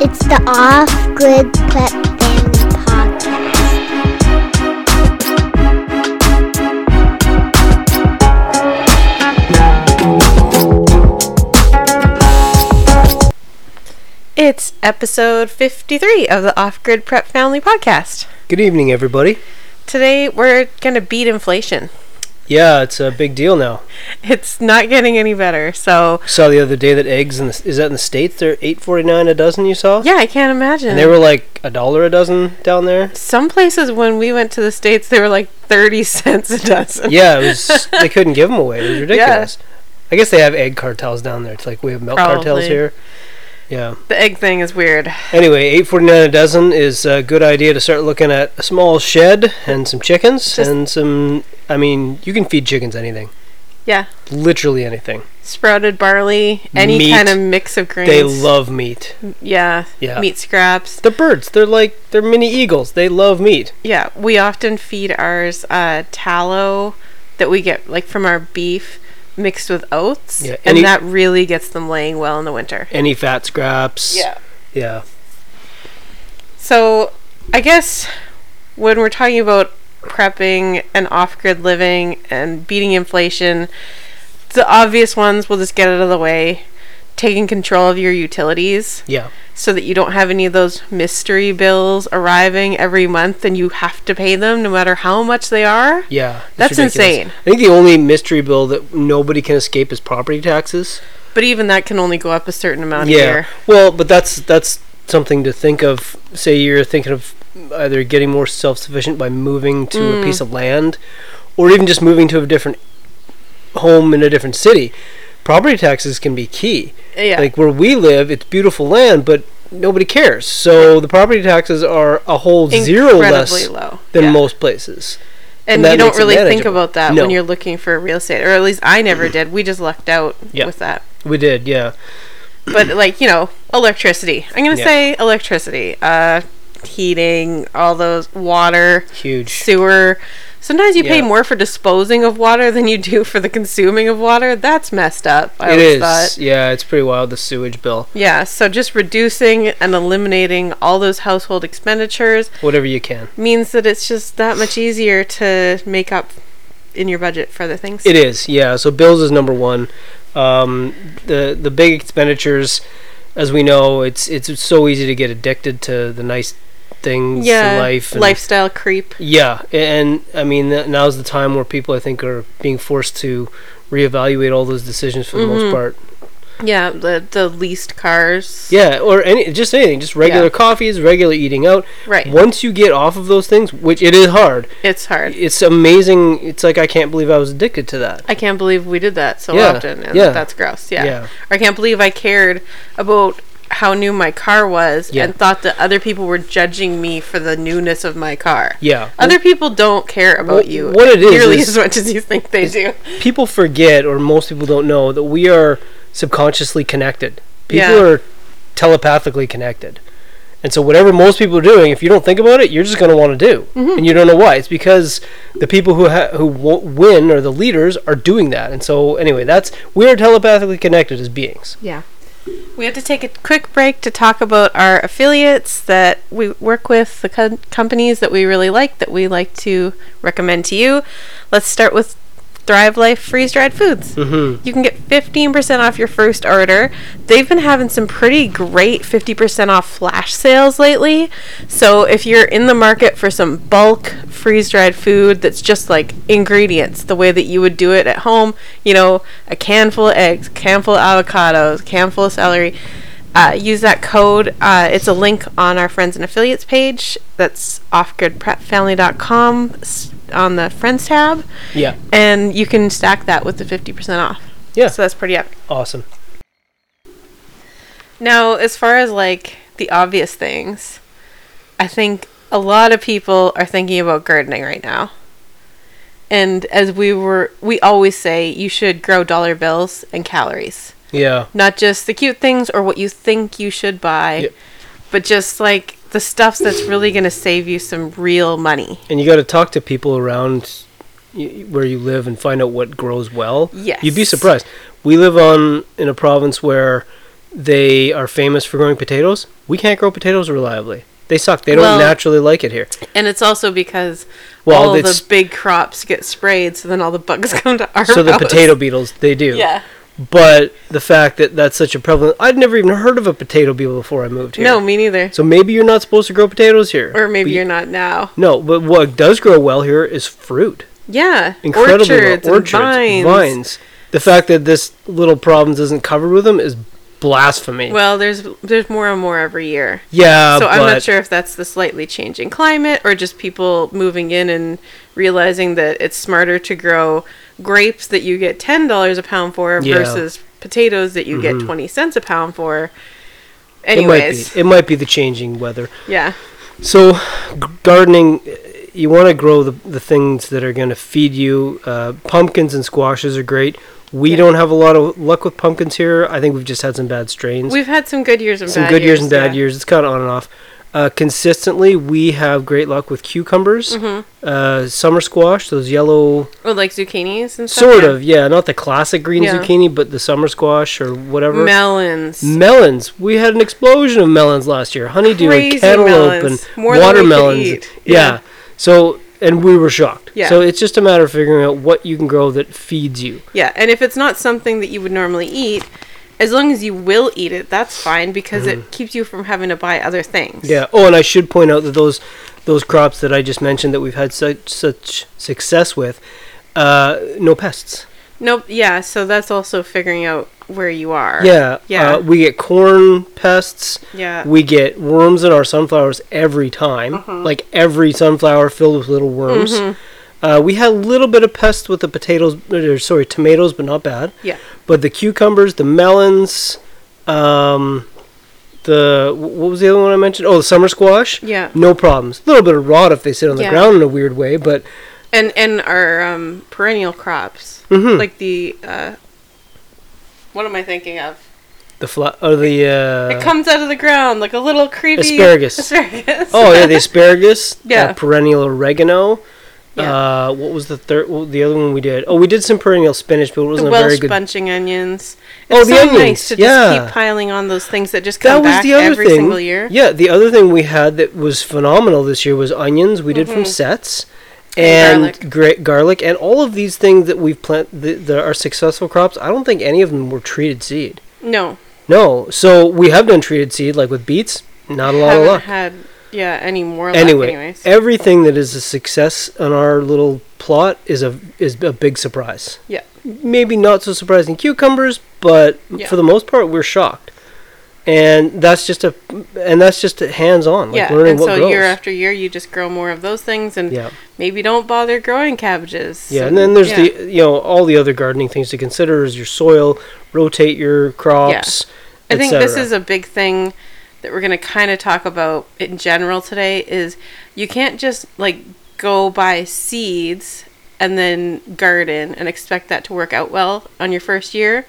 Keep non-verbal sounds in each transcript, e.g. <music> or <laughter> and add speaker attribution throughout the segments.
Speaker 1: It's the Off Grid Prep Family Podcast.
Speaker 2: It's episode 53 of the Off Grid Prep Family Podcast.
Speaker 3: Good evening, everybody.
Speaker 2: Today we're going to beat inflation. <laughs>
Speaker 3: Yeah, it's a big deal now.
Speaker 2: It's not getting any better. So,
Speaker 3: Saw the other day that eggs in the, is that in the states they're eight forty nine a dozen. You saw?
Speaker 2: yeah, I can't imagine.
Speaker 3: And they were like a dollar a dozen down there.
Speaker 2: Some places when we went to the States, they were like 30 <laughs> cents a dozen.
Speaker 3: Yeah, it
Speaker 2: <laughs>
Speaker 3: was. they couldn't give them away. It was ridiculous. I guess they have egg cartels down there. It's like we have milk cartels
Speaker 2: Probably.
Speaker 3: here. Yeah.
Speaker 2: The egg thing is weird.
Speaker 3: Anyway, eight forty nine a dozen is a good idea to start looking at a small shed and some chickens
Speaker 2: Just-
Speaker 3: and some. I mean, you can feed chickens anything.
Speaker 2: Yeah.
Speaker 3: Literally anything.
Speaker 2: Sprouted barley, any
Speaker 3: Meat.
Speaker 2: kind of mix of grains.
Speaker 3: They love meat.
Speaker 2: yeah,
Speaker 3: Yeah.
Speaker 2: meat scraps.
Speaker 3: The birds, they're like they're mini eagles. They love meat.
Speaker 2: Yeah, we often feed ours uh, tallow that we get like from our beef mixed with oats,
Speaker 3: Yeah,
Speaker 2: and
Speaker 3: any-
Speaker 2: that really gets them laying well in the winter.
Speaker 3: any fat scraps. Yeah.
Speaker 2: So, I guess when we're talking about prepping and off-grid living and beating inflation, the obvious ones we'll just get out of the way. Taking control of your utilities
Speaker 3: Yeah.
Speaker 2: so that you don't have any of those mystery bills arriving every month and you have to pay them no matter how much they are.
Speaker 3: Yeah. It's
Speaker 2: That's insane.
Speaker 3: I think the only mystery bill that nobody can escape is property taxes.
Speaker 2: But even that can only go up a certain amount a
Speaker 3: yeah.
Speaker 2: year.
Speaker 3: Well, but that's that's something to think of. Say you're thinking of either getting more self-sufficient by moving to a
Speaker 2: Mm.
Speaker 3: piece of land or even just moving to a different home in a different city. Property taxes can be key.
Speaker 2: Yeah.
Speaker 3: Like where we live, it's beautiful land, but nobody cares. So the property taxes are a whole zero
Speaker 2: Incredibly
Speaker 3: less
Speaker 2: low.
Speaker 3: than
Speaker 2: Yeah.
Speaker 3: most places.
Speaker 2: And,
Speaker 3: and that
Speaker 2: you don't
Speaker 3: makes it
Speaker 2: really think
Speaker 3: manageable.
Speaker 2: about that
Speaker 3: No.
Speaker 2: when you're looking for real estate, or at least I never did. We just lucked out
Speaker 3: Yeah.
Speaker 2: with that.
Speaker 3: We did, yeah.
Speaker 2: But like you know, electricity. I'm gonna
Speaker 3: Yeah.
Speaker 2: say electricity, uh, heating, all those water,
Speaker 3: Huge.
Speaker 2: sewer. Sometimes you pay
Speaker 3: Yeah.
Speaker 2: more for disposing of water than you do for the consuming of water. That's messed up. I
Speaker 3: It
Speaker 2: always
Speaker 3: is.
Speaker 2: thought.
Speaker 3: Yeah, it's pretty wild, the sewage bill.
Speaker 2: Yeah. So just reducing and eliminating all those household expenditures
Speaker 3: Whatever you can.
Speaker 2: means that it's just that much easier to make up in your budget for other things.
Speaker 3: It is, yeah. So bills is number one. Um, the the big expenditures, as we know, it's it's so easy to get addicted to the nice things
Speaker 2: yeah,
Speaker 3: in life. and-
Speaker 2: lifestyle creep.
Speaker 3: Yeah, and I mean th- now's the time where people I think are being forced to reevaluate all those decisions for the
Speaker 2: Mm-hmm.
Speaker 3: most part.
Speaker 2: Yeah, the the leased cars.
Speaker 3: Yeah, or any just anything, just regular
Speaker 2: Yeah.
Speaker 3: coffees, regular eating out.
Speaker 2: Right.
Speaker 3: Once you get off of those things, which it is hard,
Speaker 2: It's hard.
Speaker 3: it's amazing. It's like I can't believe I was addicted to that.
Speaker 2: I can't believe we did that so
Speaker 3: Yeah,
Speaker 2: often, and
Speaker 3: yeah.
Speaker 2: that's gross. Yeah.
Speaker 3: Yeah.
Speaker 2: Or I can't believe I cared about how new my car was
Speaker 3: Yeah.
Speaker 2: and thought that other people were judging me for the newness of my car.
Speaker 3: Yeah.
Speaker 2: Other people don't care about
Speaker 3: wh-
Speaker 2: you
Speaker 3: what it is
Speaker 2: nearly
Speaker 3: is-
Speaker 2: as much as you think they do.
Speaker 3: people forget, or most people don't know, that we are subconsciously connected. People
Speaker 2: Yeah.
Speaker 3: are telepathically connected. And so, whatever most people are doing, if you don't think about it, you're just going to want to do,
Speaker 2: Mm-hmm.
Speaker 3: and you don't know why. It's because the people who ha- who wo- win or the leaders are doing that. And so, anyway, that's we are telepathically connected as beings.
Speaker 2: Yeah. We have to take a quick break to talk about our affiliates that we work with, the co- companies that we really like that we like to recommend to you. Let's start with Thrive Life Freeze Dried Foods. Mm-hmm. You can get 15% off your first order. They've been having some pretty great 50% off flash sales lately. So if you're in the market for some bulk freeze dried food that's just like ingredients, the way that you would do it at home, you know, a can full of eggs, can full of avocados, can full of celery. Uh, use that code. Uh, it's a link on our friends and affiliates page. That's offgridprepfamily.com s- on the friends tab,
Speaker 3: Yeah,
Speaker 2: and you can stack that with the 50% off.
Speaker 3: yeah,
Speaker 2: So that's pretty epic.
Speaker 3: awesome.
Speaker 2: Now, as far as like the obvious things, I think a lot of people are thinking about gardening right now. And as we were, we always say you should grow dollar bills and calories,
Speaker 3: Yeah,
Speaker 2: not just the cute things or what you think you should buy,
Speaker 3: Yep.
Speaker 2: but just like the stuff that's really going to save you some real money.
Speaker 3: and you got to talk to people around y- where you live and find out what grows well.
Speaker 2: Yes.
Speaker 3: you'd be surprised. We live on in a province where They are famous for growing potatoes. We can't grow potatoes reliably. They suck. They don't
Speaker 2: Well-
Speaker 3: naturally like it here.
Speaker 2: And it's also because
Speaker 3: Well,
Speaker 2: all
Speaker 3: it's
Speaker 2: the big crops get sprayed, so then all the bugs <laughs> come to our
Speaker 3: so the
Speaker 2: house.
Speaker 3: potato beetles. They do.
Speaker 2: Yeah.
Speaker 3: But the fact that that's such a prevalent, I'd never even heard of a potato beetle before I moved here.
Speaker 2: No, me neither.
Speaker 3: So maybe you're not supposed to grow potatoes here.
Speaker 2: Or maybe
Speaker 3: But-
Speaker 2: you're not now.
Speaker 3: No, but what does grow well here is fruit.
Speaker 2: Yeah.
Speaker 3: Incredibly well.
Speaker 2: orchards, and
Speaker 3: orchards,
Speaker 2: vines.
Speaker 3: vines. The fact that this little province isn't covered with them is blasphemy.
Speaker 2: Well, there's there's more and more every year.
Speaker 3: yeah,
Speaker 2: so
Speaker 3: Uh, but
Speaker 2: I'm not sure if that's the slightly changing climate or just people moving in and realizing that it's smarter to grow grapes that you get ten dollars a pound for
Speaker 3: Yeah. Mm-hmm.
Speaker 2: versus potatoes that you get twenty cents a pound for.
Speaker 3: it might
Speaker 2: Anyways,
Speaker 3: be. It might be the changing weather.
Speaker 2: yeah,
Speaker 3: So, g- gardening, uh, you want to grow the, the things that are going to feed you. Uh, pumpkins and squashes are great. We
Speaker 2: Yeah.
Speaker 3: don't have a lot of luck with pumpkins here. I think we've just had some bad strains.
Speaker 2: we've had some good years and
Speaker 3: some
Speaker 2: bad
Speaker 3: good years,
Speaker 2: years
Speaker 3: and bad
Speaker 2: yeah.
Speaker 3: years. It's kind of on and off. Uh, consistently, we have great luck with cucumbers,
Speaker 2: Mm-hmm.
Speaker 3: uh, summer squash, those yellow,
Speaker 2: Or like zucchinis and stuff.
Speaker 3: sort
Speaker 2: yeah.
Speaker 3: of, yeah, not the classic green
Speaker 2: Yeah.
Speaker 3: zucchini, but the summer squash or whatever.
Speaker 2: melons.
Speaker 3: Melons. We had an explosion of melons last year. Honeydew
Speaker 2: Crazy
Speaker 3: and cantaloupe
Speaker 2: melons.
Speaker 3: and
Speaker 2: More than we could
Speaker 3: watermelons.
Speaker 2: eat.
Speaker 3: Yeah.
Speaker 2: Yeah.
Speaker 3: So and we were shocked.
Speaker 2: Yeah.
Speaker 3: So it's just a matter of figuring out what you can grow that feeds you.
Speaker 2: Yeah, and if it's not something that you would normally eat, as long as you will eat it, that's fine because it keeps you from having to buy other things.
Speaker 3: Mm-hmm. Yeah. Oh, and I should point out that those those crops that I just mentioned that we've had such such success with, uh, no pests.
Speaker 2: Nope. Yeah. So that's also figuring out where you are.
Speaker 3: Yeah.
Speaker 2: Yeah.
Speaker 3: Uh, we get corn pests.
Speaker 2: Yeah.
Speaker 3: We get worms in our sunflowers every time.
Speaker 2: Mm-hmm.
Speaker 3: Like every sunflower filled with little worms.
Speaker 2: Mm-hmm.
Speaker 3: Uh, we had a little bit of pests with the potatoes, or sorry, tomatoes, but not bad.
Speaker 2: yeah.
Speaker 3: But the cucumbers, the melons, um, the what was the other one I mentioned? Oh, the summer squash.
Speaker 2: Yeah.
Speaker 3: No problems. A little bit of rot if they sit on the
Speaker 2: Yeah.
Speaker 3: ground in a weird way, but
Speaker 2: And and our um, perennial crops,
Speaker 3: Mm-hmm.
Speaker 2: like the uh, what am I thinking of?
Speaker 3: the fla- or the
Speaker 2: It
Speaker 3: uh,
Speaker 2: comes out of the ground like a little creepy
Speaker 3: Asparagus.
Speaker 2: <laughs> Asparagus.
Speaker 3: oh yeah, the asparagus.
Speaker 2: <laughs> Yeah.
Speaker 3: that perennial oregano.
Speaker 2: Yeah.
Speaker 3: Uh, what was the third? Well, the other one we did. Oh, we did some perennial spinach, but it
Speaker 2: the
Speaker 3: wasn't a very
Speaker 2: Welsh
Speaker 3: good.
Speaker 2: bunching onions. It's
Speaker 3: Oh, the
Speaker 2: so
Speaker 3: onions,
Speaker 2: nice to just
Speaker 3: yeah.
Speaker 2: keep piling on those things that just
Speaker 3: that
Speaker 2: come
Speaker 3: was
Speaker 2: back
Speaker 3: the other
Speaker 2: every
Speaker 3: thing.
Speaker 2: single year.
Speaker 3: Yeah, the other thing we had that was phenomenal this year was onions. We did from sets
Speaker 2: Mm-hmm. And
Speaker 3: and garlic. garlic and all of these things that we've planted that, that are successful crops. I don't think any of them were treated seed.
Speaker 2: No,
Speaker 3: No, so we have done treated seed like with beets. Not a lot
Speaker 2: haven't
Speaker 3: of luck.
Speaker 2: had yeah any more.
Speaker 3: Anyway,
Speaker 2: luck anyways.
Speaker 3: everything that is a success on our little plot is a is a big surprise.
Speaker 2: yeah,
Speaker 3: Maybe not so surprising cucumbers, but
Speaker 2: Yeah.
Speaker 3: for the most part, we're shocked. And that's just a and that's just hands on, like
Speaker 2: yeah.
Speaker 3: learning
Speaker 2: And
Speaker 3: what
Speaker 2: so
Speaker 3: grows.
Speaker 2: year after year, you just grow more of those things, and
Speaker 3: Yeah.
Speaker 2: maybe don't bother growing cabbages.
Speaker 3: Yeah, and then there's
Speaker 2: yeah.
Speaker 3: the you know all the other gardening things to consider is your soil, rotate your crops.
Speaker 2: I think
Speaker 3: et
Speaker 2: this
Speaker 3: cetera.
Speaker 2: is a big thing that we're going to kind of talk about in general today is you can't just like go buy seeds and then garden and expect that to work out well on your first year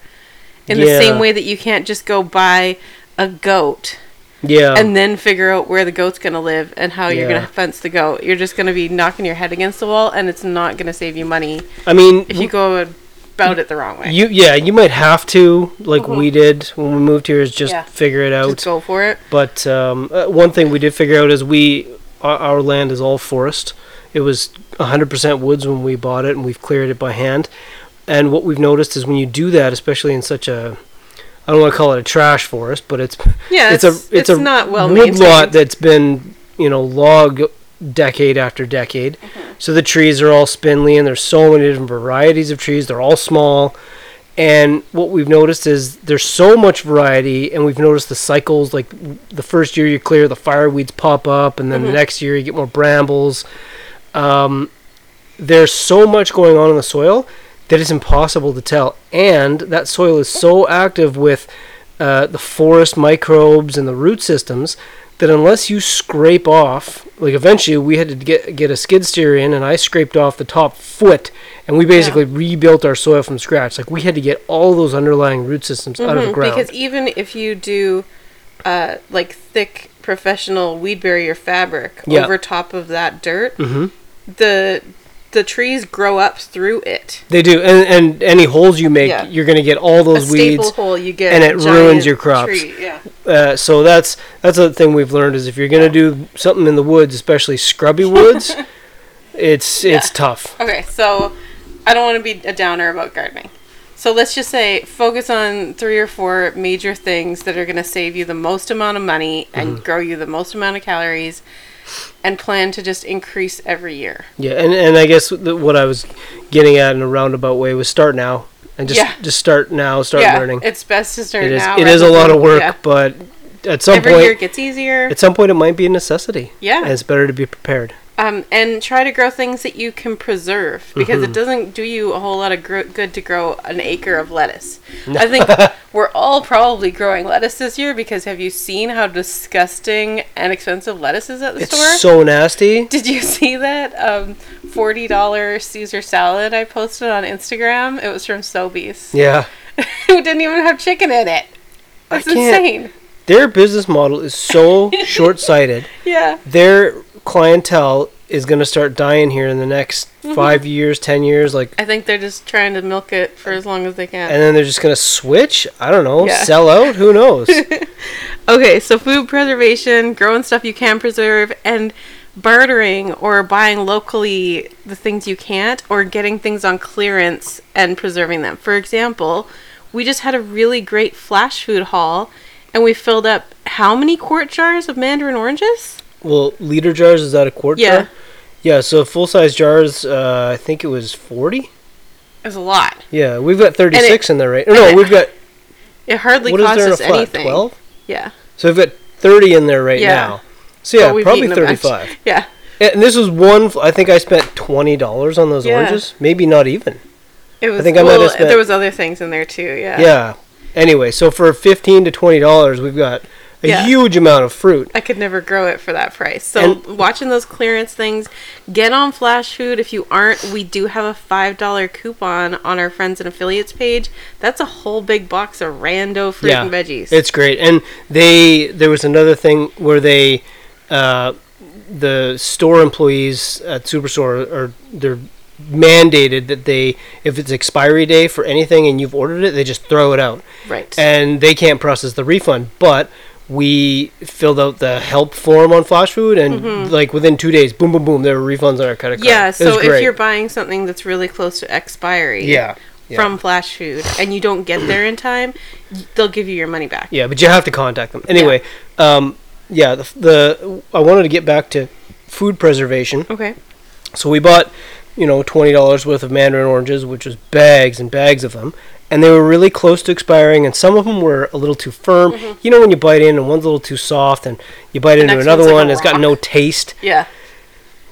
Speaker 2: in the
Speaker 3: Yeah.
Speaker 2: same way that you can't just go buy a goat
Speaker 3: yeah,
Speaker 2: and then figure out where the goat's going to live and how you're going
Speaker 3: Oh. Yeah.
Speaker 2: to fence the goat you're just going to be knocking your head against the wall and it's not going to save you money
Speaker 3: I mean
Speaker 2: if you go about it the wrong way
Speaker 3: Mm-hmm. you yeah you might have to like we did when we moved here is just
Speaker 2: Mm-hmm. Yeah.
Speaker 3: figure it out.
Speaker 2: just go for it
Speaker 3: But um, uh, one thing we did figure out is we our, our land is all forest. It was 100% woods when we bought it, and we've cleared it by hand. And what we've noticed is when you do that, especially in such a I don't want to call it a trash forest, but it's
Speaker 2: Yeah,
Speaker 3: it's a
Speaker 2: it's- it's
Speaker 3: it's, a
Speaker 2: not well maintained.
Speaker 3: woodlot that's been you know log decade after decade.
Speaker 2: Mm-hmm.
Speaker 3: So the trees are all spindly, and there's so many different varieties of trees. They're all small. And what we've noticed is there's so much variety, and we've noticed the cycles. Like w- the first year you clear, the fireweeds pop up, and then the next year you get more brambles. Um, there's so much going on in the soil that it's impossible to tell. And that soil is so active with uh, the forest microbes and the root systems that unless you scrape off, like eventually we had to get get a skid steer in, and I scraped off the top foot, and we basically rebuilt our soil from scratch. Like we had to get all those underlying root systems out of the
Speaker 2: Mhm,
Speaker 3: ground.
Speaker 2: Because even if you do uh, like thick professional weed barrier fabric
Speaker 3: Yeah. Mm-hmm.
Speaker 2: over top of that dirt, the the trees grow up through it.
Speaker 3: They do, and, and any holes you make,
Speaker 2: Yeah.
Speaker 3: you're going to get all
Speaker 2: A
Speaker 3: those
Speaker 2: staple
Speaker 3: weeds.
Speaker 2: hole you get,
Speaker 3: and it ruins your crops.
Speaker 2: Tree. Yeah,
Speaker 3: Uh, so that's that's the thing we've learned is if you're going to do something in the woods, especially
Speaker 2: <laughs>
Speaker 3: scrubby woods, it's it's
Speaker 2: Yeah.
Speaker 3: tough.
Speaker 2: Okay, so I don't want to be a downer about gardening. So let's just say focus on three or four major things that are going to save you the most amount of money
Speaker 3: Mm-hmm.
Speaker 2: and grow you the most amount of calories and plan to just increase every year.
Speaker 3: Yeah, and and I guess the, what I was getting at in a roundabout way was start now and just
Speaker 2: Yeah.
Speaker 3: just start now, start
Speaker 2: yeah,
Speaker 3: learning.
Speaker 2: it's best to start
Speaker 3: It is
Speaker 2: now.
Speaker 3: it is a
Speaker 2: rather
Speaker 3: lot
Speaker 2: than-
Speaker 3: of work,
Speaker 2: yeah.
Speaker 3: but at some
Speaker 2: Every
Speaker 3: point
Speaker 2: year gets easier.
Speaker 3: at some point it might be a necessity.
Speaker 2: Yeah.
Speaker 3: and it's better to be prepared.
Speaker 2: Um, and try to grow things that you can preserve because
Speaker 3: Mm-hmm.
Speaker 2: it doesn't do you a whole lot of gro- good to grow an acre of lettuce.
Speaker 3: <laughs>
Speaker 2: I think we're all probably growing lettuce this year because have you seen how disgusting and expensive lettuce is at the
Speaker 3: It's
Speaker 2: store?
Speaker 3: so nasty.
Speaker 2: Did you see that um, forty dollar Caesar salad I posted on Instagram? It was from Sobeys, <laughs>
Speaker 3: Yeah.
Speaker 2: who didn't even have chicken in it. That's
Speaker 3: can't-
Speaker 2: insane.
Speaker 3: Their business model is
Speaker 2: <laughs>
Speaker 3: so short-sighted.
Speaker 2: Yeah.
Speaker 3: Their clientele is going to start dying here in the next
Speaker 2: Mm-hmm.
Speaker 3: 5 years, 10 years like
Speaker 2: I think they're just trying to milk it for as long as they can.
Speaker 3: and then they're just gonna switch. I don't know,
Speaker 2: Yeah.
Speaker 3: sell out.
Speaker 2: <laughs>
Speaker 3: Who knows?
Speaker 2: Okay, so food preservation, growing stuff you can preserve, and bartering or buying locally the things you can't, or getting things on clearance and preserving them. For example, we just had a really great flash food haul, and we filled up how many quart jars of mandarin oranges?
Speaker 3: well, liter jars is that a quart
Speaker 2: Yeah.
Speaker 3: jar? Yeah. So full size jars. Uh, I think it was forty.
Speaker 2: It was a lot.
Speaker 3: Yeah, we've got thirty six in there, right? No,
Speaker 2: and it
Speaker 3: we've got
Speaker 2: It hardly
Speaker 3: what is
Speaker 2: cost
Speaker 3: there in a
Speaker 2: us
Speaker 3: flat?
Speaker 2: anything.
Speaker 3: Twelve.
Speaker 2: Yeah.
Speaker 3: So we've got thirty in there right
Speaker 2: Yeah.
Speaker 3: now. So yeah,
Speaker 2: But we've
Speaker 3: probably
Speaker 2: eaten a
Speaker 3: thirty
Speaker 2: bunch.
Speaker 3: five.
Speaker 2: <laughs> Yeah.
Speaker 3: And this was one. fl- I think I spent twenty dollars on those
Speaker 2: Yeah.
Speaker 3: oranges. Maybe not even.
Speaker 2: It was
Speaker 3: think I might
Speaker 2: well,
Speaker 3: have spent-
Speaker 2: there was other things in there too, yeah.
Speaker 3: yeah. Anyway, so for fifteen to twenty dollars, we've got a
Speaker 2: Yeah.
Speaker 3: huge amount of fruit.
Speaker 2: I could never grow it for that price. So watching those clearance things, get on Flash Food if you aren't. We do have a five dollar coupon on our friends and affiliates page. That's a whole big box of rando fruit and veggies.
Speaker 3: It's great, and they there was another thing where they, uh, the store employees at Superstore are they're mandated that they if it's expiry day for anything and you've ordered it, they just throw it out,
Speaker 2: right.
Speaker 3: and they can't process the refund, but. We filled out the help form on Flash Food, and like within two days, boom, boom, boom, there were refunds on our credit card.
Speaker 2: Mm-hmm. yeah.
Speaker 3: It was
Speaker 2: So if
Speaker 3: great.
Speaker 2: you're buying something that's really close to expiry,
Speaker 3: yeah, yeah,
Speaker 2: from Flash Food, and you don't get there in time, y- they'll give you your money back.
Speaker 3: Yeah, but you have to contact them anyway. Um, yeah, the, the I wanted to get back to food preservation.
Speaker 2: Okay.
Speaker 3: So we bought, you know, twenty dollars worth of mandarin oranges, which was bags and bags of them, and they were really close to expiring, and some of them were a little too firm. You know, when you bite in, and one's a little too soft, and you bite into
Speaker 2: next
Speaker 3: another
Speaker 2: one's like
Speaker 3: one,
Speaker 2: a
Speaker 3: it's got
Speaker 2: rock.
Speaker 3: no taste.
Speaker 2: Yeah.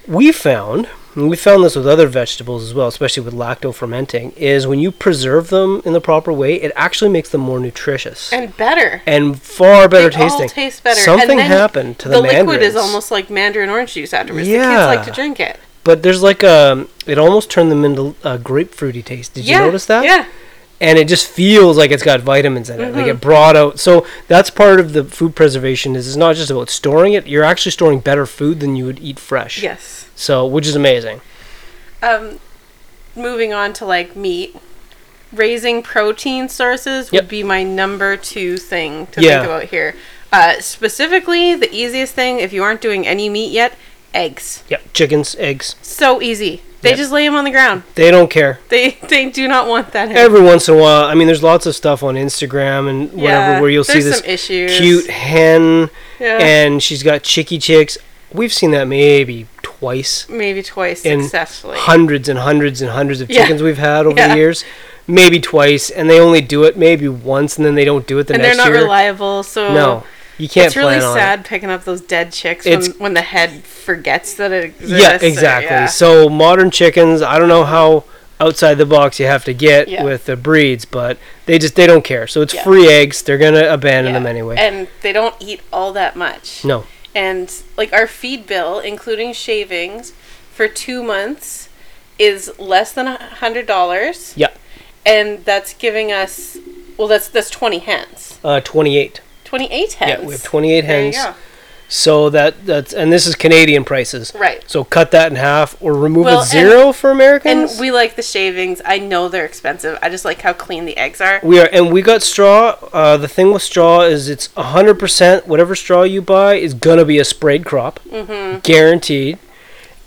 Speaker 3: We found. And we found this with other vegetables as well, especially with lacto fermenting, is when you preserve them in the proper way, it actually makes them more nutritious
Speaker 2: And better.
Speaker 3: and far better
Speaker 2: They
Speaker 3: tasting.
Speaker 2: all taste better.
Speaker 3: Something
Speaker 2: and then
Speaker 3: happened to the,
Speaker 2: The
Speaker 3: mandarins.
Speaker 2: liquid is almost like mandarin orange juice afterwards.
Speaker 3: Yeah.
Speaker 2: The kids like to drink it.
Speaker 3: but there's like a, it almost turned them into a grapefruity taste. Did
Speaker 2: yeah.
Speaker 3: you notice that?
Speaker 2: Yeah. Mm-hmm.
Speaker 3: And it just feels like it's got vitamins in it. Like it brought out. So that's part of the food preservation. Is it's not just about storing it. You're actually storing better food than you would eat fresh.
Speaker 2: Yes.
Speaker 3: So which is amazing.
Speaker 2: Um, moving on to like meat, raising protein sources would
Speaker 3: Yep.
Speaker 2: be my number two thing to
Speaker 3: Yeah.
Speaker 2: think about here. Uh, specifically, the easiest thing if you aren't doing any meat yet, eggs.
Speaker 3: Yeah. Chickens, eggs.
Speaker 2: So easy. They
Speaker 3: Yep.
Speaker 2: just lay them on the ground.
Speaker 3: They don't care.
Speaker 2: They <laughs> they do not want that. in.
Speaker 3: Every once in a while, I mean, there's lots of stuff on Instagram and whatever
Speaker 2: Yeah,
Speaker 3: where you'll see
Speaker 2: there's
Speaker 3: this
Speaker 2: some issues.
Speaker 3: cute hen
Speaker 2: Yeah.
Speaker 3: and she's got chicky chicks. We've seen that maybe twice
Speaker 2: Maybe twice
Speaker 3: in
Speaker 2: successfully.
Speaker 3: hundreds and hundreds and hundreds of
Speaker 2: Yeah.
Speaker 3: chickens we've had over
Speaker 2: Yeah.
Speaker 3: the years. Maybe twice, and they only do it maybe once, and then they don't do it the
Speaker 2: and they're
Speaker 3: next
Speaker 2: not
Speaker 3: year.
Speaker 2: reliable. So
Speaker 3: no, you can't
Speaker 2: it's really
Speaker 3: plan on it.
Speaker 2: sad picking up those dead chicks
Speaker 3: It's-
Speaker 2: when, when the head forgets that it exists.
Speaker 3: Yeah,
Speaker 2: or-
Speaker 3: exactly.
Speaker 2: yeah.
Speaker 3: So modern chickens, I don't know how outside the box you have to get
Speaker 2: Yeah.
Speaker 3: with the breeds, but they just they don't care. So it's
Speaker 2: Yeah.
Speaker 3: free eggs. They're gonna abandon
Speaker 2: Yeah.
Speaker 3: them anyway.
Speaker 2: And they don't eat all that much.
Speaker 3: no,
Speaker 2: And like our feed bill, including shavings, for two months is less than a hundred dollars.
Speaker 3: yeah,
Speaker 2: And that's giving us well that's that's twenty hens.
Speaker 3: uh, twenty eight.
Speaker 2: Twenty eight hens.
Speaker 3: Yeah, we have twenty eight
Speaker 2: There you
Speaker 3: hens.
Speaker 2: go.
Speaker 3: So that that's and this is Canadian prices.
Speaker 2: Right.
Speaker 3: So cut that in half or remove
Speaker 2: Well,
Speaker 3: a
Speaker 2: and-
Speaker 3: zero for Americans.
Speaker 2: And we like the shavings. I know they're expensive. I just like how clean the eggs are.
Speaker 3: We are, and we got straw. Uh, the thing with straw is it's 100%. Whatever straw you buy is going to be a sprayed crop.
Speaker 2: Mm-hmm.
Speaker 3: Guaranteed.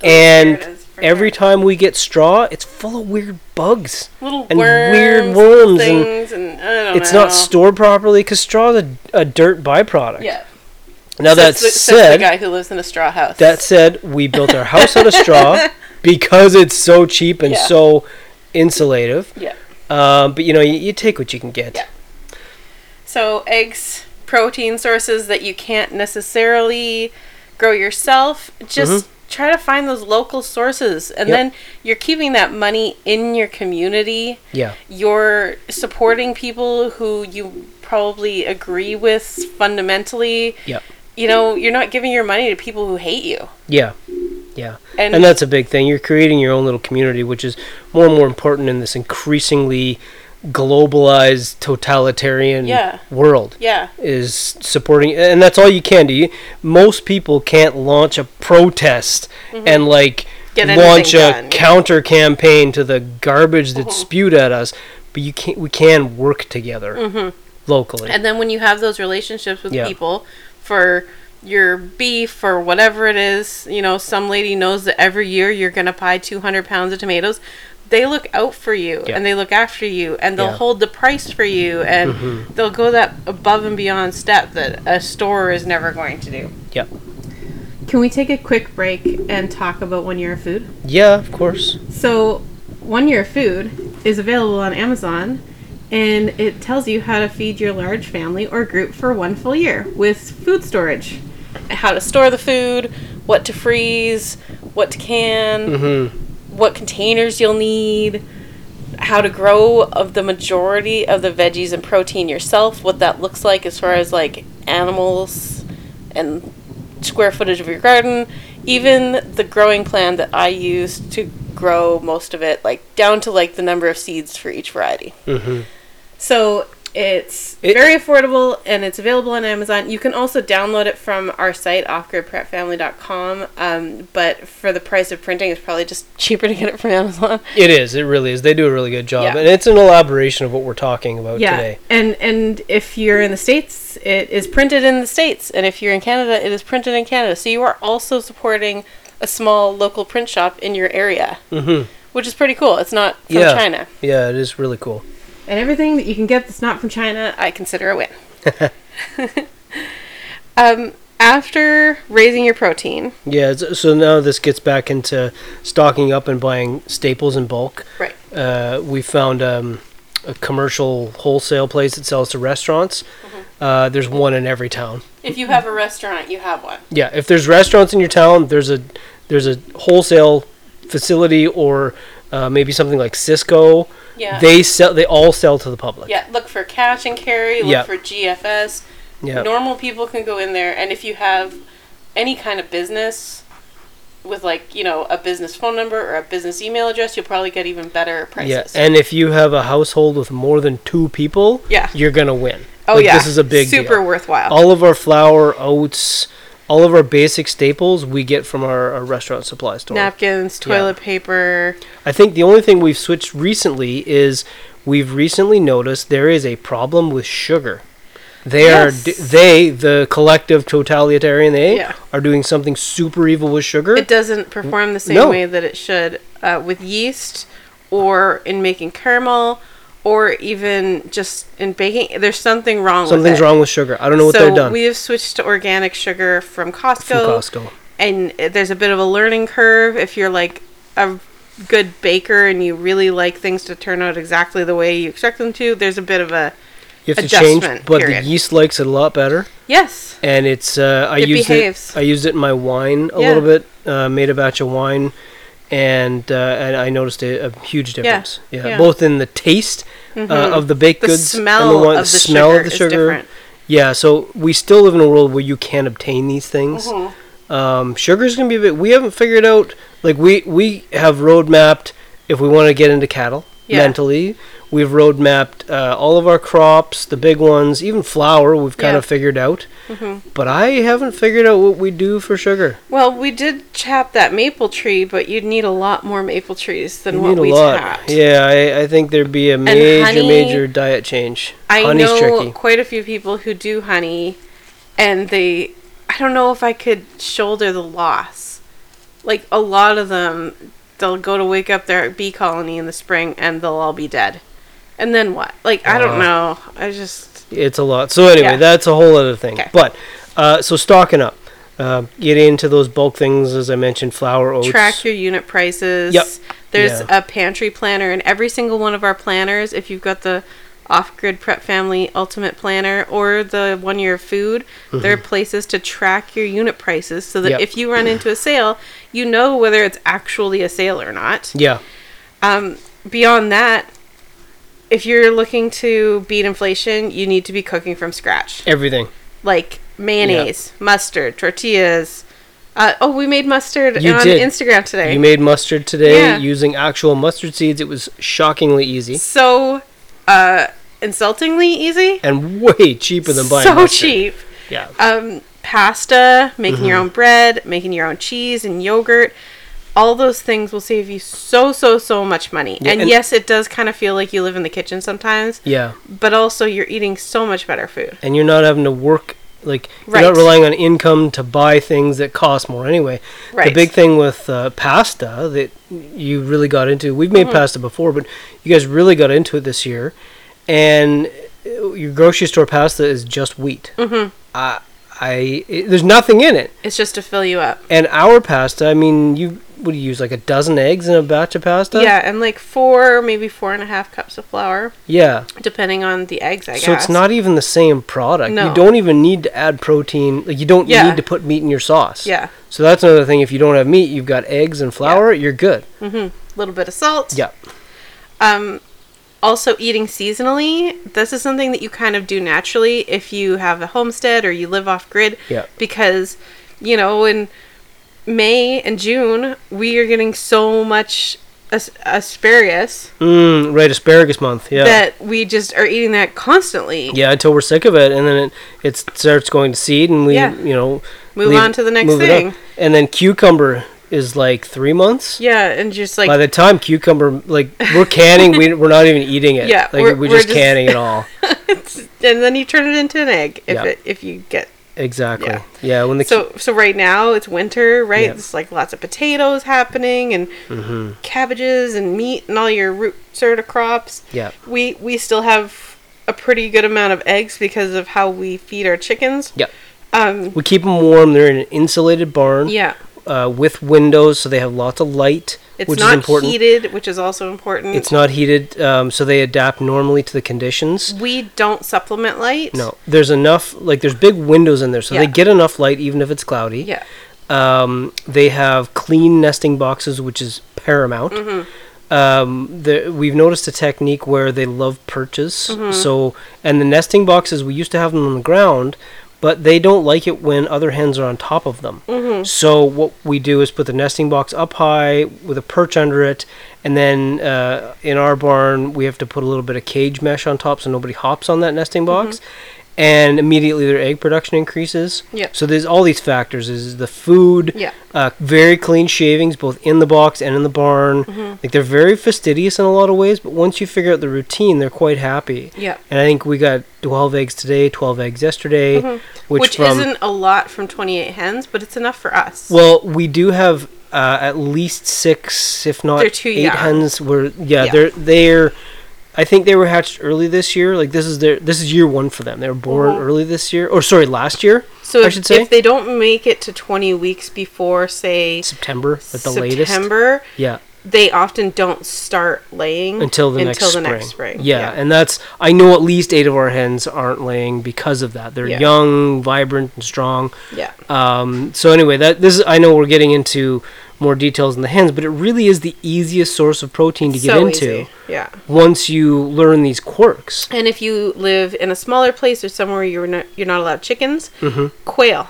Speaker 2: it
Speaker 3: and
Speaker 2: is, for
Speaker 3: every
Speaker 2: sure.
Speaker 3: time we get straw, it's full of weird bugs.
Speaker 2: Little
Speaker 3: and
Speaker 2: worms,
Speaker 3: weird worms and
Speaker 2: things, and, I don't
Speaker 3: It's
Speaker 2: know.
Speaker 3: not stored properly because straw is a, a dirt byproduct.
Speaker 2: Yeah.
Speaker 3: Now, that
Speaker 2: That's the, says the
Speaker 3: said,
Speaker 2: guy who lives in a straw house.
Speaker 3: that said, we built our house out of straw
Speaker 2: <laughs>
Speaker 3: because it's so cheap and
Speaker 2: Yeah.
Speaker 3: so insulative.
Speaker 2: yeah.
Speaker 3: Um, but you know, you, you take what you can get.
Speaker 2: Yeah. So eggs, protein sources that you can't necessarily grow yourself. Just try to find those local sources, and
Speaker 3: Mm-hmm. Yep.
Speaker 2: then you're keeping that money in your community.
Speaker 3: Yeah.
Speaker 2: You're supporting people who you probably agree with fundamentally.
Speaker 3: Yep.
Speaker 2: You know, you're not giving your money to people who hate you.
Speaker 3: Yeah. Yeah.
Speaker 2: And,
Speaker 3: and that's a big thing. You're creating your own little community, which is more and more important in this increasingly globalized totalitarian
Speaker 2: Yeah.
Speaker 3: world.
Speaker 2: yeah,
Speaker 3: Is supporting, and that's all you can do. You- Most people can't launch a protest and like
Speaker 2: Mm-hmm. Get anything
Speaker 3: launch a
Speaker 2: done, yeah. Mm-hmm.
Speaker 3: counter campaign to the garbage that's spewed at us. But you can, not we can work together locally.
Speaker 2: Mm-hmm. and then when you have those relationships with
Speaker 3: Yeah.
Speaker 2: people for your beef or whatever it is, you know, some lady knows that every year you're going to buy 200 pounds of tomatoes. They look out for you
Speaker 3: Yeah.
Speaker 2: and they look after you and they'll
Speaker 3: Yeah. Mm-hmm.
Speaker 2: hold the price for you and they'll go that above and beyond step that a store is never going to do.
Speaker 3: Yeah.
Speaker 2: Can we take a quick break and talk about one year of food?
Speaker 3: Yeah, of course.
Speaker 2: So, One Year of Food is available on Amazon and it tells you how to feed your large family or group for one full year with food storage. How to store the food, what to freeze, what to can, what containers you'll need, how to grow of the majority of the veggies and protein yourself, what that looks like as far as like animals and square footage of your garden, even the growing plan that I use to grow most of it, like down to like the number of seeds for each variety. So it's
Speaker 3: It-
Speaker 2: very affordable and it's available on Amazon. You can also download it from our site, offgridprepfamily.com. Um, but for the price of printing, it's probably just cheaper to get it from Amazon.
Speaker 3: It is. It really is. They do a really good job,
Speaker 2: Yeah.
Speaker 3: and it's an elaboration of what we're talking about
Speaker 2: yeah.
Speaker 3: today.
Speaker 2: And and if you're in the states, it is printed in the states, and if you're in Canada, it is printed in Canada. So you are also supporting a small local print shop in your area,
Speaker 3: Mhm.
Speaker 2: which is pretty cool. It's not from
Speaker 3: Yeah.
Speaker 2: China,
Speaker 3: Yeah, it is really cool.
Speaker 2: and everything that you can get that's not from China, I consider a win.
Speaker 3: <laughs>
Speaker 2: <laughs> um, after raising your protein,
Speaker 3: Yeah, it's- so now this gets back into stocking up and buying staples in bulk.
Speaker 2: right?
Speaker 3: Uh, we found um, a commercial wholesale place that sells to restaurants.
Speaker 2: Mm-hmm.
Speaker 3: Uh, there's one in every town.
Speaker 2: If you have a restaurant, you have one.
Speaker 3: Yeah, if there's restaurants in your town, there's a there's a wholesale facility or uh, maybe something like Cisco.
Speaker 2: Yeah.
Speaker 3: They sell. They all sell to the public.
Speaker 2: Yeah, look for cash and carry. Look
Speaker 3: Yeah.
Speaker 2: for GFS.
Speaker 3: Yeah.
Speaker 2: Normal people can go in there, and if you have any kind of business with like you know a business phone number or a business email address, you'll probably get even better
Speaker 3: Yeah,
Speaker 2: prices.
Speaker 3: and if you have a household with more than two people,
Speaker 2: Yeah.
Speaker 3: you're gonna win.
Speaker 2: oh
Speaker 3: Like,
Speaker 2: yeah,
Speaker 3: this is a big
Speaker 2: super
Speaker 3: deal.
Speaker 2: worthwhile.
Speaker 3: All of our flour, oats, all of our basic staples we get from our, our restaurant supply store.
Speaker 2: Napkins, toilet paper.
Speaker 3: I think the only thing we've switched recently is we've recently noticed there is a problem with sugar. They
Speaker 2: Yes.
Speaker 3: are d- they the collective totalitarian they
Speaker 2: Yeah.
Speaker 3: are doing something super evil with sugar.
Speaker 2: It doesn't perform the same
Speaker 3: No.
Speaker 2: way that it should uh, with yeast, or in making caramel, or even just in baking. There's something wrong. with
Speaker 3: Something's
Speaker 2: it.
Speaker 3: wrong with sugar. I don't know what
Speaker 2: so
Speaker 3: they're done.
Speaker 2: we have switched to organic sugar from Costco.
Speaker 3: from Costco.
Speaker 2: and it- there's a bit of a learning curve if you're like a good baker and you really like things to turn out exactly the way you expect them to there's a bit of a
Speaker 3: You have to change,
Speaker 2: adjustment
Speaker 3: but
Speaker 2: period.
Speaker 3: the yeast likes it a lot better.
Speaker 2: yes
Speaker 3: and it's uh, I
Speaker 2: It
Speaker 3: used
Speaker 2: behaves.
Speaker 3: it. I used it in my wine a
Speaker 2: Yeah.
Speaker 3: little bit. Uh, made a batch of wine, and uh, and I noticed a, a huge difference. Yeah,
Speaker 2: yeah. Mm-hmm.
Speaker 3: both in the taste uh, of the baked
Speaker 2: the
Speaker 3: goods, and
Speaker 2: smell
Speaker 3: wine-
Speaker 2: of the
Speaker 3: smell
Speaker 2: sugar
Speaker 3: of the
Speaker 2: is
Speaker 3: sugar.
Speaker 2: different
Speaker 3: Yeah, so we still live in a world where you can obtain these things.
Speaker 2: Mm-hmm.
Speaker 3: Um, sugar's gonna be a bit. We haven't figured out. Like we we have road mapped if we want to get into cattle.
Speaker 2: Yeah.
Speaker 3: mentally. We've roadmapped uh, all of our crops, the big ones, even flour. We've kind
Speaker 2: Yeah. Mm-hmm.
Speaker 3: of figured out, but I haven't figured out what we do for sugar.
Speaker 2: Well, we did chop that maple tree, but you'd need a lot more maple trees than what
Speaker 3: We need a
Speaker 2: we
Speaker 3: lot.
Speaker 2: chopped.
Speaker 3: Yeah, I, I think there'd be a major,
Speaker 2: honey-
Speaker 3: major diet change.
Speaker 2: I
Speaker 3: Honey's
Speaker 2: know
Speaker 3: tricky.
Speaker 2: quite a few people who do honey, and they. I don't know if I could shoulder the loss. Like a lot of them, they'll go to wake up their bee colony in the spring, and they'll all be dead. And then what? Like I don't
Speaker 3: Uh.
Speaker 2: know. I just
Speaker 3: It's a lot. So anyway,
Speaker 2: Yeah.
Speaker 3: that's a whole other thing.
Speaker 2: Okay.
Speaker 3: But uh, so stocking up, uh, get into those bulk things as I mentioned, flour, oats.
Speaker 2: track your unit prices.
Speaker 3: Yep.
Speaker 2: There's
Speaker 3: Yeah.
Speaker 2: a pantry planner in every single one of our planners. If you've got the off-grid prep family ultimate planner or the one year of food, there are places to track your unit prices so that
Speaker 3: Mm-hmm. Yep.
Speaker 2: if you run into a sale, you know whether it's actually a sale or not.
Speaker 3: yeah,
Speaker 2: Um, beyond that, if you're looking to beat inflation, you need to be cooking from scratch
Speaker 3: everything.
Speaker 2: like mayonnaise, mustard, tortillas. Uh, oh, we made mustard
Speaker 3: You
Speaker 2: on
Speaker 3: did.
Speaker 2: Instagram today.
Speaker 3: You made mustard today
Speaker 2: Yeah.
Speaker 3: using actual mustard seeds. It was shockingly easy
Speaker 2: so uh, insultingly easy.
Speaker 3: and way cheaper than buying
Speaker 2: so
Speaker 3: mustard.
Speaker 2: cheap.
Speaker 3: Yeah.
Speaker 2: Um, pasta, making your
Speaker 3: Mm-hmm.
Speaker 2: own bread, making your own cheese and yogurt. All those things will save you so so so much money.
Speaker 3: Yeah,
Speaker 2: and,
Speaker 3: and-
Speaker 2: yes, it does kind of feel like you live in the kitchen sometimes,
Speaker 3: yeah.
Speaker 2: but also you're eating so much better food.
Speaker 3: And you're not having to work like
Speaker 2: Right.
Speaker 3: you're not relying on income to buy things that cost more anyway.
Speaker 2: Right.
Speaker 3: The big thing with uh, pasta that you really got into. We've
Speaker 2: Mm-hmm.
Speaker 3: made pasta before, but you guys really got into it this year. And uh, your grocery store pasta is just wheat. Mm-hmm. I, I it- there's nothing in it.
Speaker 2: It's just to fill you up.
Speaker 3: And our pasta, I mean, you would you use like a dozen eggs in a batch of pasta.
Speaker 2: Yeah, and like four, maybe four and a half cups of flour,
Speaker 3: Yeah.
Speaker 2: depending on the eggs. I guess.
Speaker 3: So it's not even the same product.
Speaker 2: No.
Speaker 3: You don't even need to add protein. Like you don't
Speaker 2: Yeah.
Speaker 3: need to put meat in your sauce.
Speaker 2: Yeah,
Speaker 3: So that's another thing. If you don't have meat, you've got eggs and flour. You're good.
Speaker 2: a little bit of salt.
Speaker 3: Yeah.
Speaker 2: Um, also, eating seasonally. This is something that you kind of do naturally if you have a homestead or you live off grid.
Speaker 3: Yeah.
Speaker 2: Because, you know, in May and June, we are getting so much as- asparagus
Speaker 3: Mm, right. Asparagus month. Yeah.
Speaker 2: that we just are eating that constantly.
Speaker 3: yeah. Until we're sick of it, and then it, it starts going to seed, and we
Speaker 2: Yeah.
Speaker 3: you know
Speaker 2: Move on to the next
Speaker 3: move it up.
Speaker 2: thing.
Speaker 3: And then cucumber is like three months.
Speaker 2: Yeah, and just like
Speaker 3: By the time cucumber, like we're canning, we, we're not even eating
Speaker 2: <laughs>
Speaker 3: it.
Speaker 2: Yeah,
Speaker 3: like
Speaker 2: we're-
Speaker 3: we're,
Speaker 2: we're
Speaker 3: just
Speaker 2: just-
Speaker 3: canning
Speaker 2: <laughs>
Speaker 3: it all.
Speaker 2: and then you turn it into an egg if
Speaker 3: Yeah.
Speaker 2: it if you get
Speaker 3: Exactly.
Speaker 2: Yeah.
Speaker 3: Yeah. when the
Speaker 2: so so right now it's winter right
Speaker 3: Yeah. Mm-hmm.
Speaker 2: it's like lots of potatoes happening and cabbages and meat and all your root sort of crops
Speaker 3: Yeah.
Speaker 2: we we still have a pretty good amount of eggs because of how we feed our chickens
Speaker 3: yeah.
Speaker 2: um
Speaker 3: We keep them warm. They're in an insulated barn.
Speaker 2: yeah
Speaker 3: Uh, with windows, so they have lots of light,
Speaker 2: it's
Speaker 3: which is
Speaker 2: not
Speaker 3: important.
Speaker 2: heated which is also important
Speaker 3: It's not heated, um, so they adapt normally to the conditions.
Speaker 2: we don't supplement light
Speaker 3: No, there's enough. Like there's big windows in there, so
Speaker 2: Yeah.
Speaker 3: they get enough light even if it's cloudy.
Speaker 2: yeah
Speaker 3: Um, they have clean nesting boxes, which is paramount.
Speaker 2: Mm-hmm.
Speaker 3: Um, the, we've noticed a technique where they love perches. So, and the nesting boxes, we used to have them on the ground, but they don't like it when other hens are on top of them. So, what we do is put the nesting box up high with a perch under it, and then uh, in our barn, we have to put a little bit of cage mesh on top so nobody hops on that nesting box. And immediately their egg production increases.
Speaker 2: Yep.
Speaker 3: So there's all these factors: is the food,
Speaker 2: Yeah.
Speaker 3: uh, very clean shavings both in the box and in the barn.
Speaker 2: Mm-hmm.
Speaker 3: Like they're very fastidious in a lot of ways, but once you figure out the routine, they're quite happy.
Speaker 2: Yeah.
Speaker 3: And I think we got 12 eggs today, 12 eggs yesterday, which,
Speaker 2: Mm-hmm. which,
Speaker 3: from
Speaker 2: isn't a lot from 28 hens but it's enough for us
Speaker 3: well, we do have uh, at least six, if not
Speaker 2: They're too
Speaker 3: eight
Speaker 2: young.
Speaker 3: hens. Were yeah,
Speaker 2: Yeah.
Speaker 3: they're they're. I think they were hatched early this year. Like this is their this is year one for them. They were born
Speaker 2: Mm-hmm.
Speaker 3: early this year, or sorry, last year.
Speaker 2: so
Speaker 3: I
Speaker 2: if,
Speaker 3: should say
Speaker 2: if they don't make it to 20 weeks before say
Speaker 3: September at the latest.
Speaker 2: September
Speaker 3: Yeah.
Speaker 2: they often don't start laying
Speaker 3: until the next
Speaker 2: until
Speaker 3: spring.
Speaker 2: the next spring.
Speaker 3: Yeah, and that's I know at least eight of our hens aren't laying because of that. They're
Speaker 2: Yeah.
Speaker 3: young, vibrant, and strong.
Speaker 2: yeah.
Speaker 3: Um, so anyway, that this is I know we're getting into more details in the hens, but it really is the easiest source of protein to get
Speaker 2: So
Speaker 3: into
Speaker 2: easy. Yeah.
Speaker 3: once you learn these quirks.
Speaker 2: And if
Speaker 3: Mm-hmm.
Speaker 2: you live in a smaller place or somewhere you're not you're not allowed chickens, quail.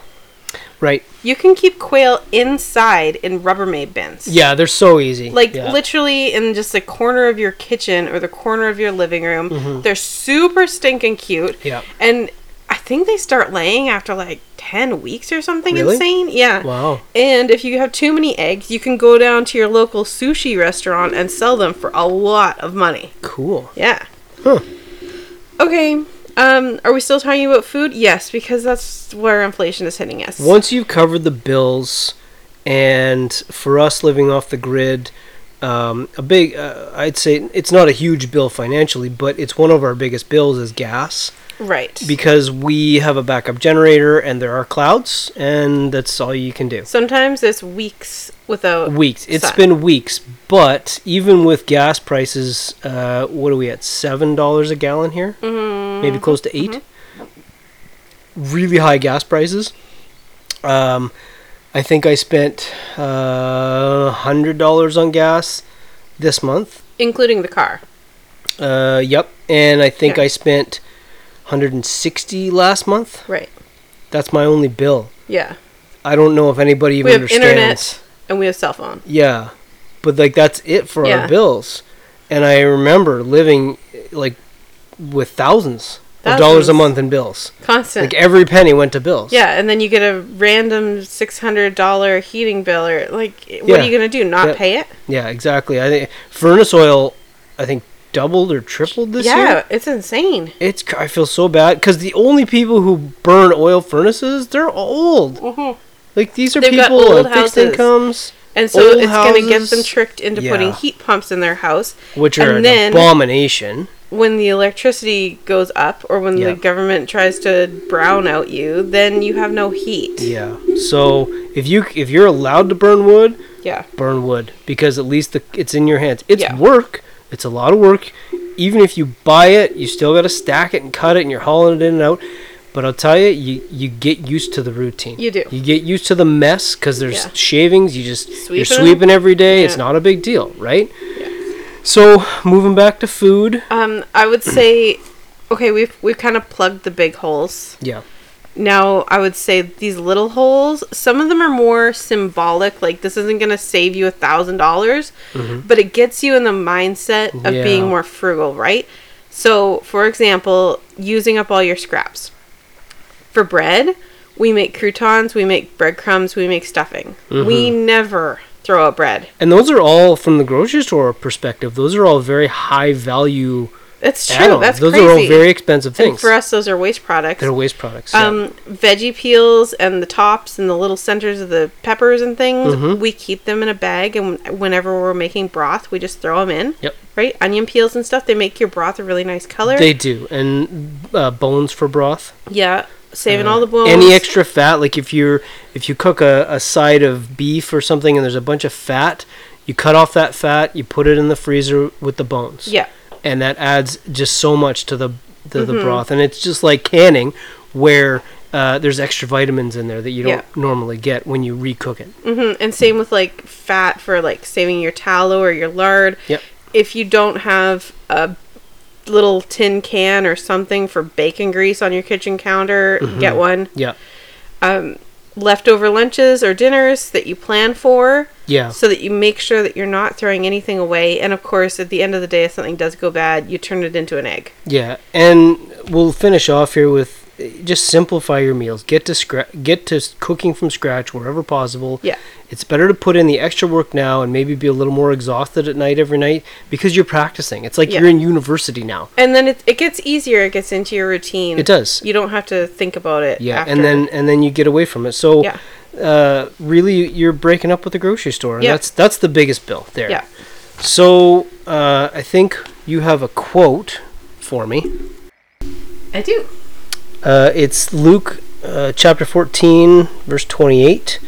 Speaker 3: Right.
Speaker 2: You can keep quail inside in Rubbermaid bins.
Speaker 3: Yeah, they're so easy.
Speaker 2: Like
Speaker 3: yeah.
Speaker 2: literally in just the corner of your kitchen or the corner of your living room. They're super stinking cute.
Speaker 3: Mm-hmm. Yeah.
Speaker 2: And I think they start laying after like 10 weeks or something
Speaker 3: Really?
Speaker 2: insane. Yeah.
Speaker 3: Wow.
Speaker 2: And if you have too many eggs, you can go down to your local sushi restaurant and sell them for a lot of money.
Speaker 3: Cool.
Speaker 2: Yeah.
Speaker 3: Huh.
Speaker 2: Okay. Um, are we still talking about food? Yes, because that's where inflation is hitting us.
Speaker 3: Once you've covered the bills, and for us living off the grid, um, a big, uh, I'd say it's not a huge bill financially, but it's one of our biggest bills is gas
Speaker 2: Right.
Speaker 3: because we have a backup generator and there are clouds, and that's all you can do.
Speaker 2: Sometimes it's weeks without
Speaker 3: Weeks. It's
Speaker 2: sun.
Speaker 3: been weeks, but even with gas prices, uh, what are we at? Seven dollars a gallon here,
Speaker 2: mm-hmm,
Speaker 3: maybe close to 8 Really high gas prices. Um, I think I spent uh, hundred dollars on gas this month.
Speaker 2: including the car.
Speaker 3: Uh, yep, and I think
Speaker 2: Yeah.
Speaker 3: I spent hundred and sixty last month.
Speaker 2: Right.
Speaker 3: That's my only bill.
Speaker 2: Yeah.
Speaker 3: I don't know if anybody even
Speaker 2: we have
Speaker 3: understands.
Speaker 2: internet and we have cell phone.
Speaker 3: Yeah, but like that's it for
Speaker 2: Yeah.
Speaker 3: our bills. And I remember living like with thousands, of dollars a
Speaker 2: Thousands.
Speaker 3: month in bills.
Speaker 2: Constant.
Speaker 3: Like every penny went to bills.
Speaker 2: yeah, and then you get a random six hundred dollar heating bill or like what
Speaker 3: Yeah.
Speaker 2: are you gonna do? Not
Speaker 3: Yeah.
Speaker 2: pay it?
Speaker 3: Yeah, exactly. I think furnace oil, I think doubled or tripled this
Speaker 2: yeah,
Speaker 3: year.
Speaker 2: it's insane.
Speaker 3: It's cr- I feel so bad because the only people who burn oil furnaces, they're old. Like these are
Speaker 2: They've got
Speaker 3: people
Speaker 2: old
Speaker 3: on fixed
Speaker 2: houses.
Speaker 3: incomes,
Speaker 2: And so
Speaker 3: Old
Speaker 2: it's gonna get them
Speaker 3: houses-
Speaker 2: tricked into
Speaker 3: Yeah.
Speaker 2: putting heat pumps in their house.
Speaker 3: which are
Speaker 2: And
Speaker 3: an
Speaker 2: then-
Speaker 3: abomination.
Speaker 2: When the electricity goes up or when
Speaker 3: Yeah.
Speaker 2: the government tries to brown out you, then you have no heat.
Speaker 3: Yeah. So if you if you're allowed to burn wood,
Speaker 2: Yeah.
Speaker 3: burn wood because at least the, it's in your hands. It's
Speaker 2: Yeah.
Speaker 3: work. It's a lot of work. Even if you buy it, you still got to stack it and cut it, and you're hauling it in and out. But I'll tell you, you, you get used to the routine.
Speaker 2: You do.
Speaker 3: You get used to the mess because there's
Speaker 2: Yeah.
Speaker 3: shavings. You just you're
Speaker 2: Sweeping 'em.
Speaker 3: sweeping every day. It's
Speaker 2: Yeah.
Speaker 3: not a big deal, right? So moving back to food.
Speaker 2: Um, I would say okay, we've we've kind of plugged the big holes.
Speaker 3: Yeah.
Speaker 2: Now, I would say these little holes, some of them are more symbolic, like this isn't going to save you a $1,000, dollars but it gets you in the mindset of
Speaker 3: Mm-hmm. Yeah.
Speaker 2: being more frugal, right? So, for example, using up all your scraps. For bread, we make croutons, we make breadcrumbs, we make stuffing. We
Speaker 3: Mm-hmm.
Speaker 2: never throw out bread.
Speaker 3: And those are all from the grocery store perspective. Those are all very high value
Speaker 2: That's true.
Speaker 3: add-ons.
Speaker 2: That's
Speaker 3: those
Speaker 2: crazy.
Speaker 3: are all very expensive
Speaker 2: And
Speaker 3: things.
Speaker 2: for us, those are waste products.
Speaker 3: They're waste products. yeah.
Speaker 2: Um, veggie peels and the tops and the little centers of the peppers and things,
Speaker 3: Mm-hmm.
Speaker 2: we keep them in a bag, and whenever we're making broth, we just throw them in.
Speaker 3: Yep.
Speaker 2: Right? Onion peels and stuff, they make your broth a really nice color.
Speaker 3: They do, and uh, bones for broth.
Speaker 2: yeah. Saving all the bones.
Speaker 3: Uh, Any extra fat, like if you're if you cook a, a side of beef or something, and there's a bunch of fat, you cut off that fat, you put it in the freezer with the bones.
Speaker 2: Yeah. Mm-hmm.
Speaker 3: and that adds just so much to the to the broth, and it's just like canning, where uh, there's extra vitamins in there that you don't
Speaker 2: Yeah.
Speaker 3: normally get when you recook it.
Speaker 2: Mhm. And same with like fat for like saving your tallow or your lard.
Speaker 3: Yep.
Speaker 2: If you don't have a little tin can or something for bacon grease on your kitchen counter,
Speaker 3: Mm-hmm.
Speaker 2: get one.
Speaker 3: Yeah,
Speaker 2: Leftover lunches or dinners that you plan for.
Speaker 3: yeah,
Speaker 2: so that you make sure that you're not throwing anything away. And of course, at the end of the day, if something does go bad, you turn it into an egg.
Speaker 3: yeah. And we'll finish off here with uh, just simplify your meals. Get to scra- get to s- cooking from scratch wherever possible.
Speaker 2: Yeah.
Speaker 3: It's better to put in the extra work now and maybe be a little more exhausted at night every night because you're practicing. It's like
Speaker 2: Yeah.
Speaker 3: you're in university now.
Speaker 2: And then it, it gets easier. It gets into your routine.
Speaker 3: It does.
Speaker 2: You don't have to think about it.
Speaker 3: Yeah,
Speaker 2: after.
Speaker 3: and then and then you get away from it. So
Speaker 2: Yeah.
Speaker 3: uh really you're breaking up with the grocery store and
Speaker 2: Yeah.
Speaker 3: that's that's the biggest bill there.
Speaker 2: yeah.
Speaker 3: So uh I think you have a quote for me.
Speaker 2: I do.
Speaker 3: Uh, it's Luke uh, chapter 14, verse 28.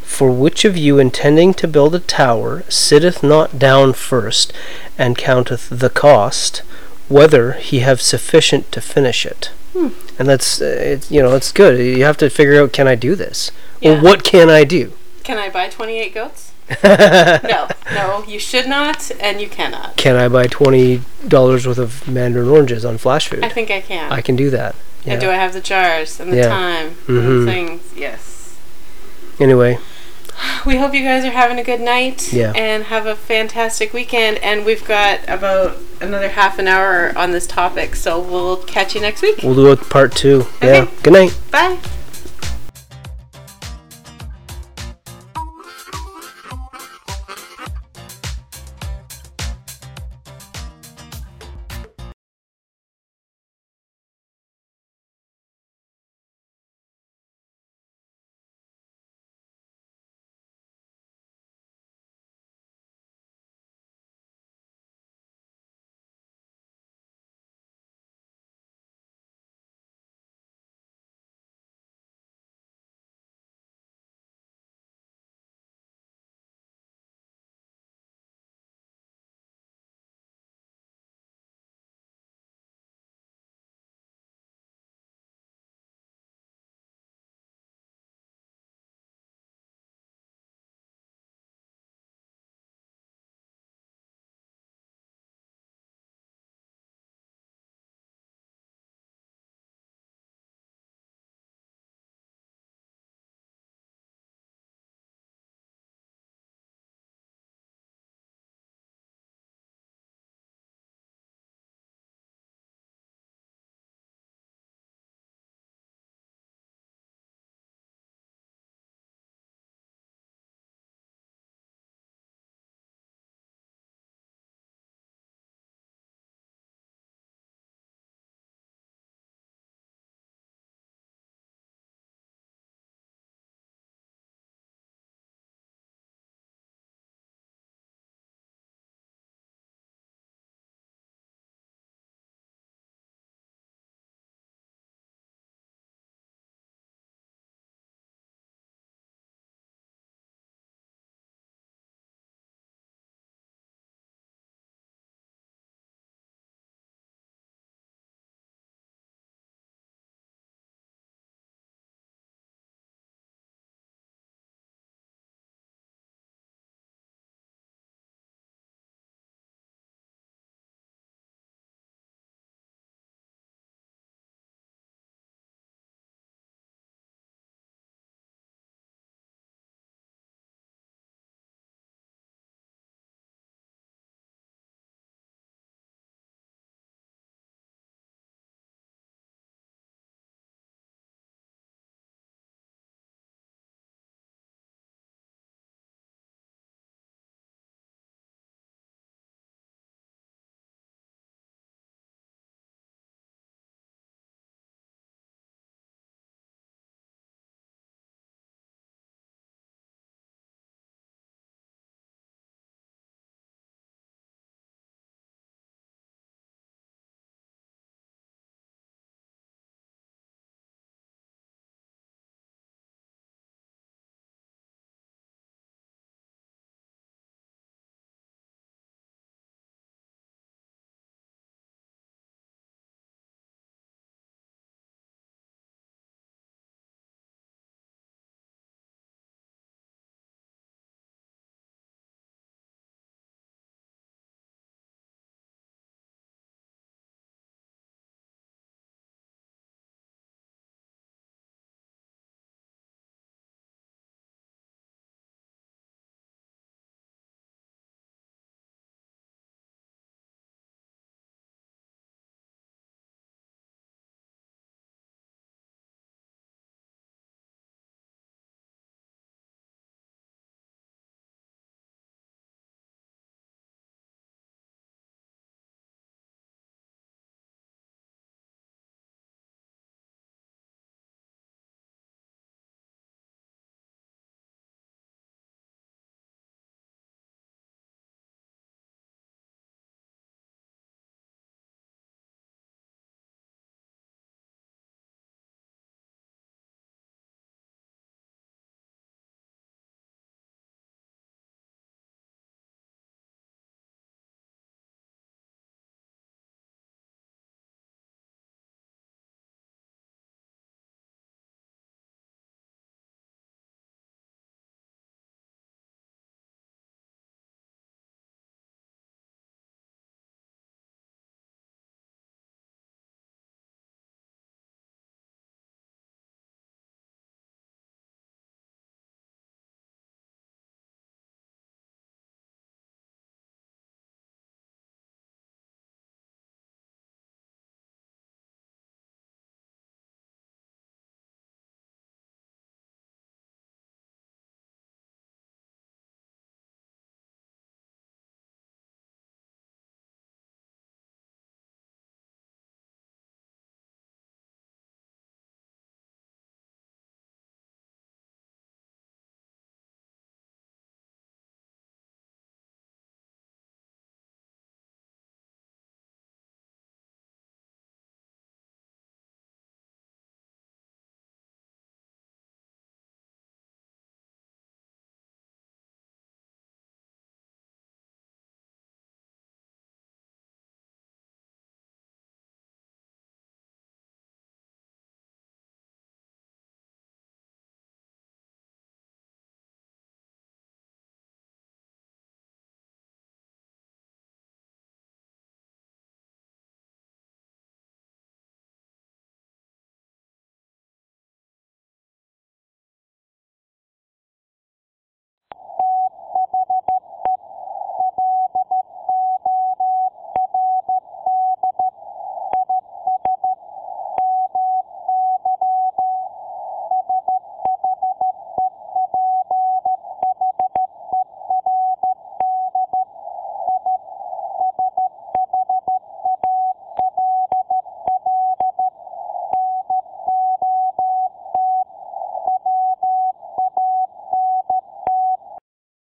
Speaker 3: For which of you intending to build a tower sitteth not down first, and counteth the cost, whether he have sufficient to finish it?
Speaker 2: Hmm.
Speaker 3: And that's, uh, it's, you know, it's good. You have to figure out can I do this?
Speaker 2: Yeah.
Speaker 3: Or what can I do?
Speaker 2: Can I buy 28
Speaker 3: <laughs>
Speaker 2: goats? no, no, you should not, and you cannot.
Speaker 3: Can I buy $20 worth of mandarin oranges on Flash Food? I,
Speaker 2: think I can.
Speaker 3: can do that. Yeah.
Speaker 2: I have the jars and
Speaker 3: Yeah.
Speaker 2: time
Speaker 3: Mhm.
Speaker 2: things? Yes.
Speaker 3: Anyway,
Speaker 2: We hope you guys are having a good night
Speaker 3: Yeah.
Speaker 2: and have a fantastic weekend. And we've got about another half an hour on this topic, so we'll catch you next week.
Speaker 3: we'll do a part two.
Speaker 2: Okay.
Speaker 3: Yeah. Good night.
Speaker 2: Bye.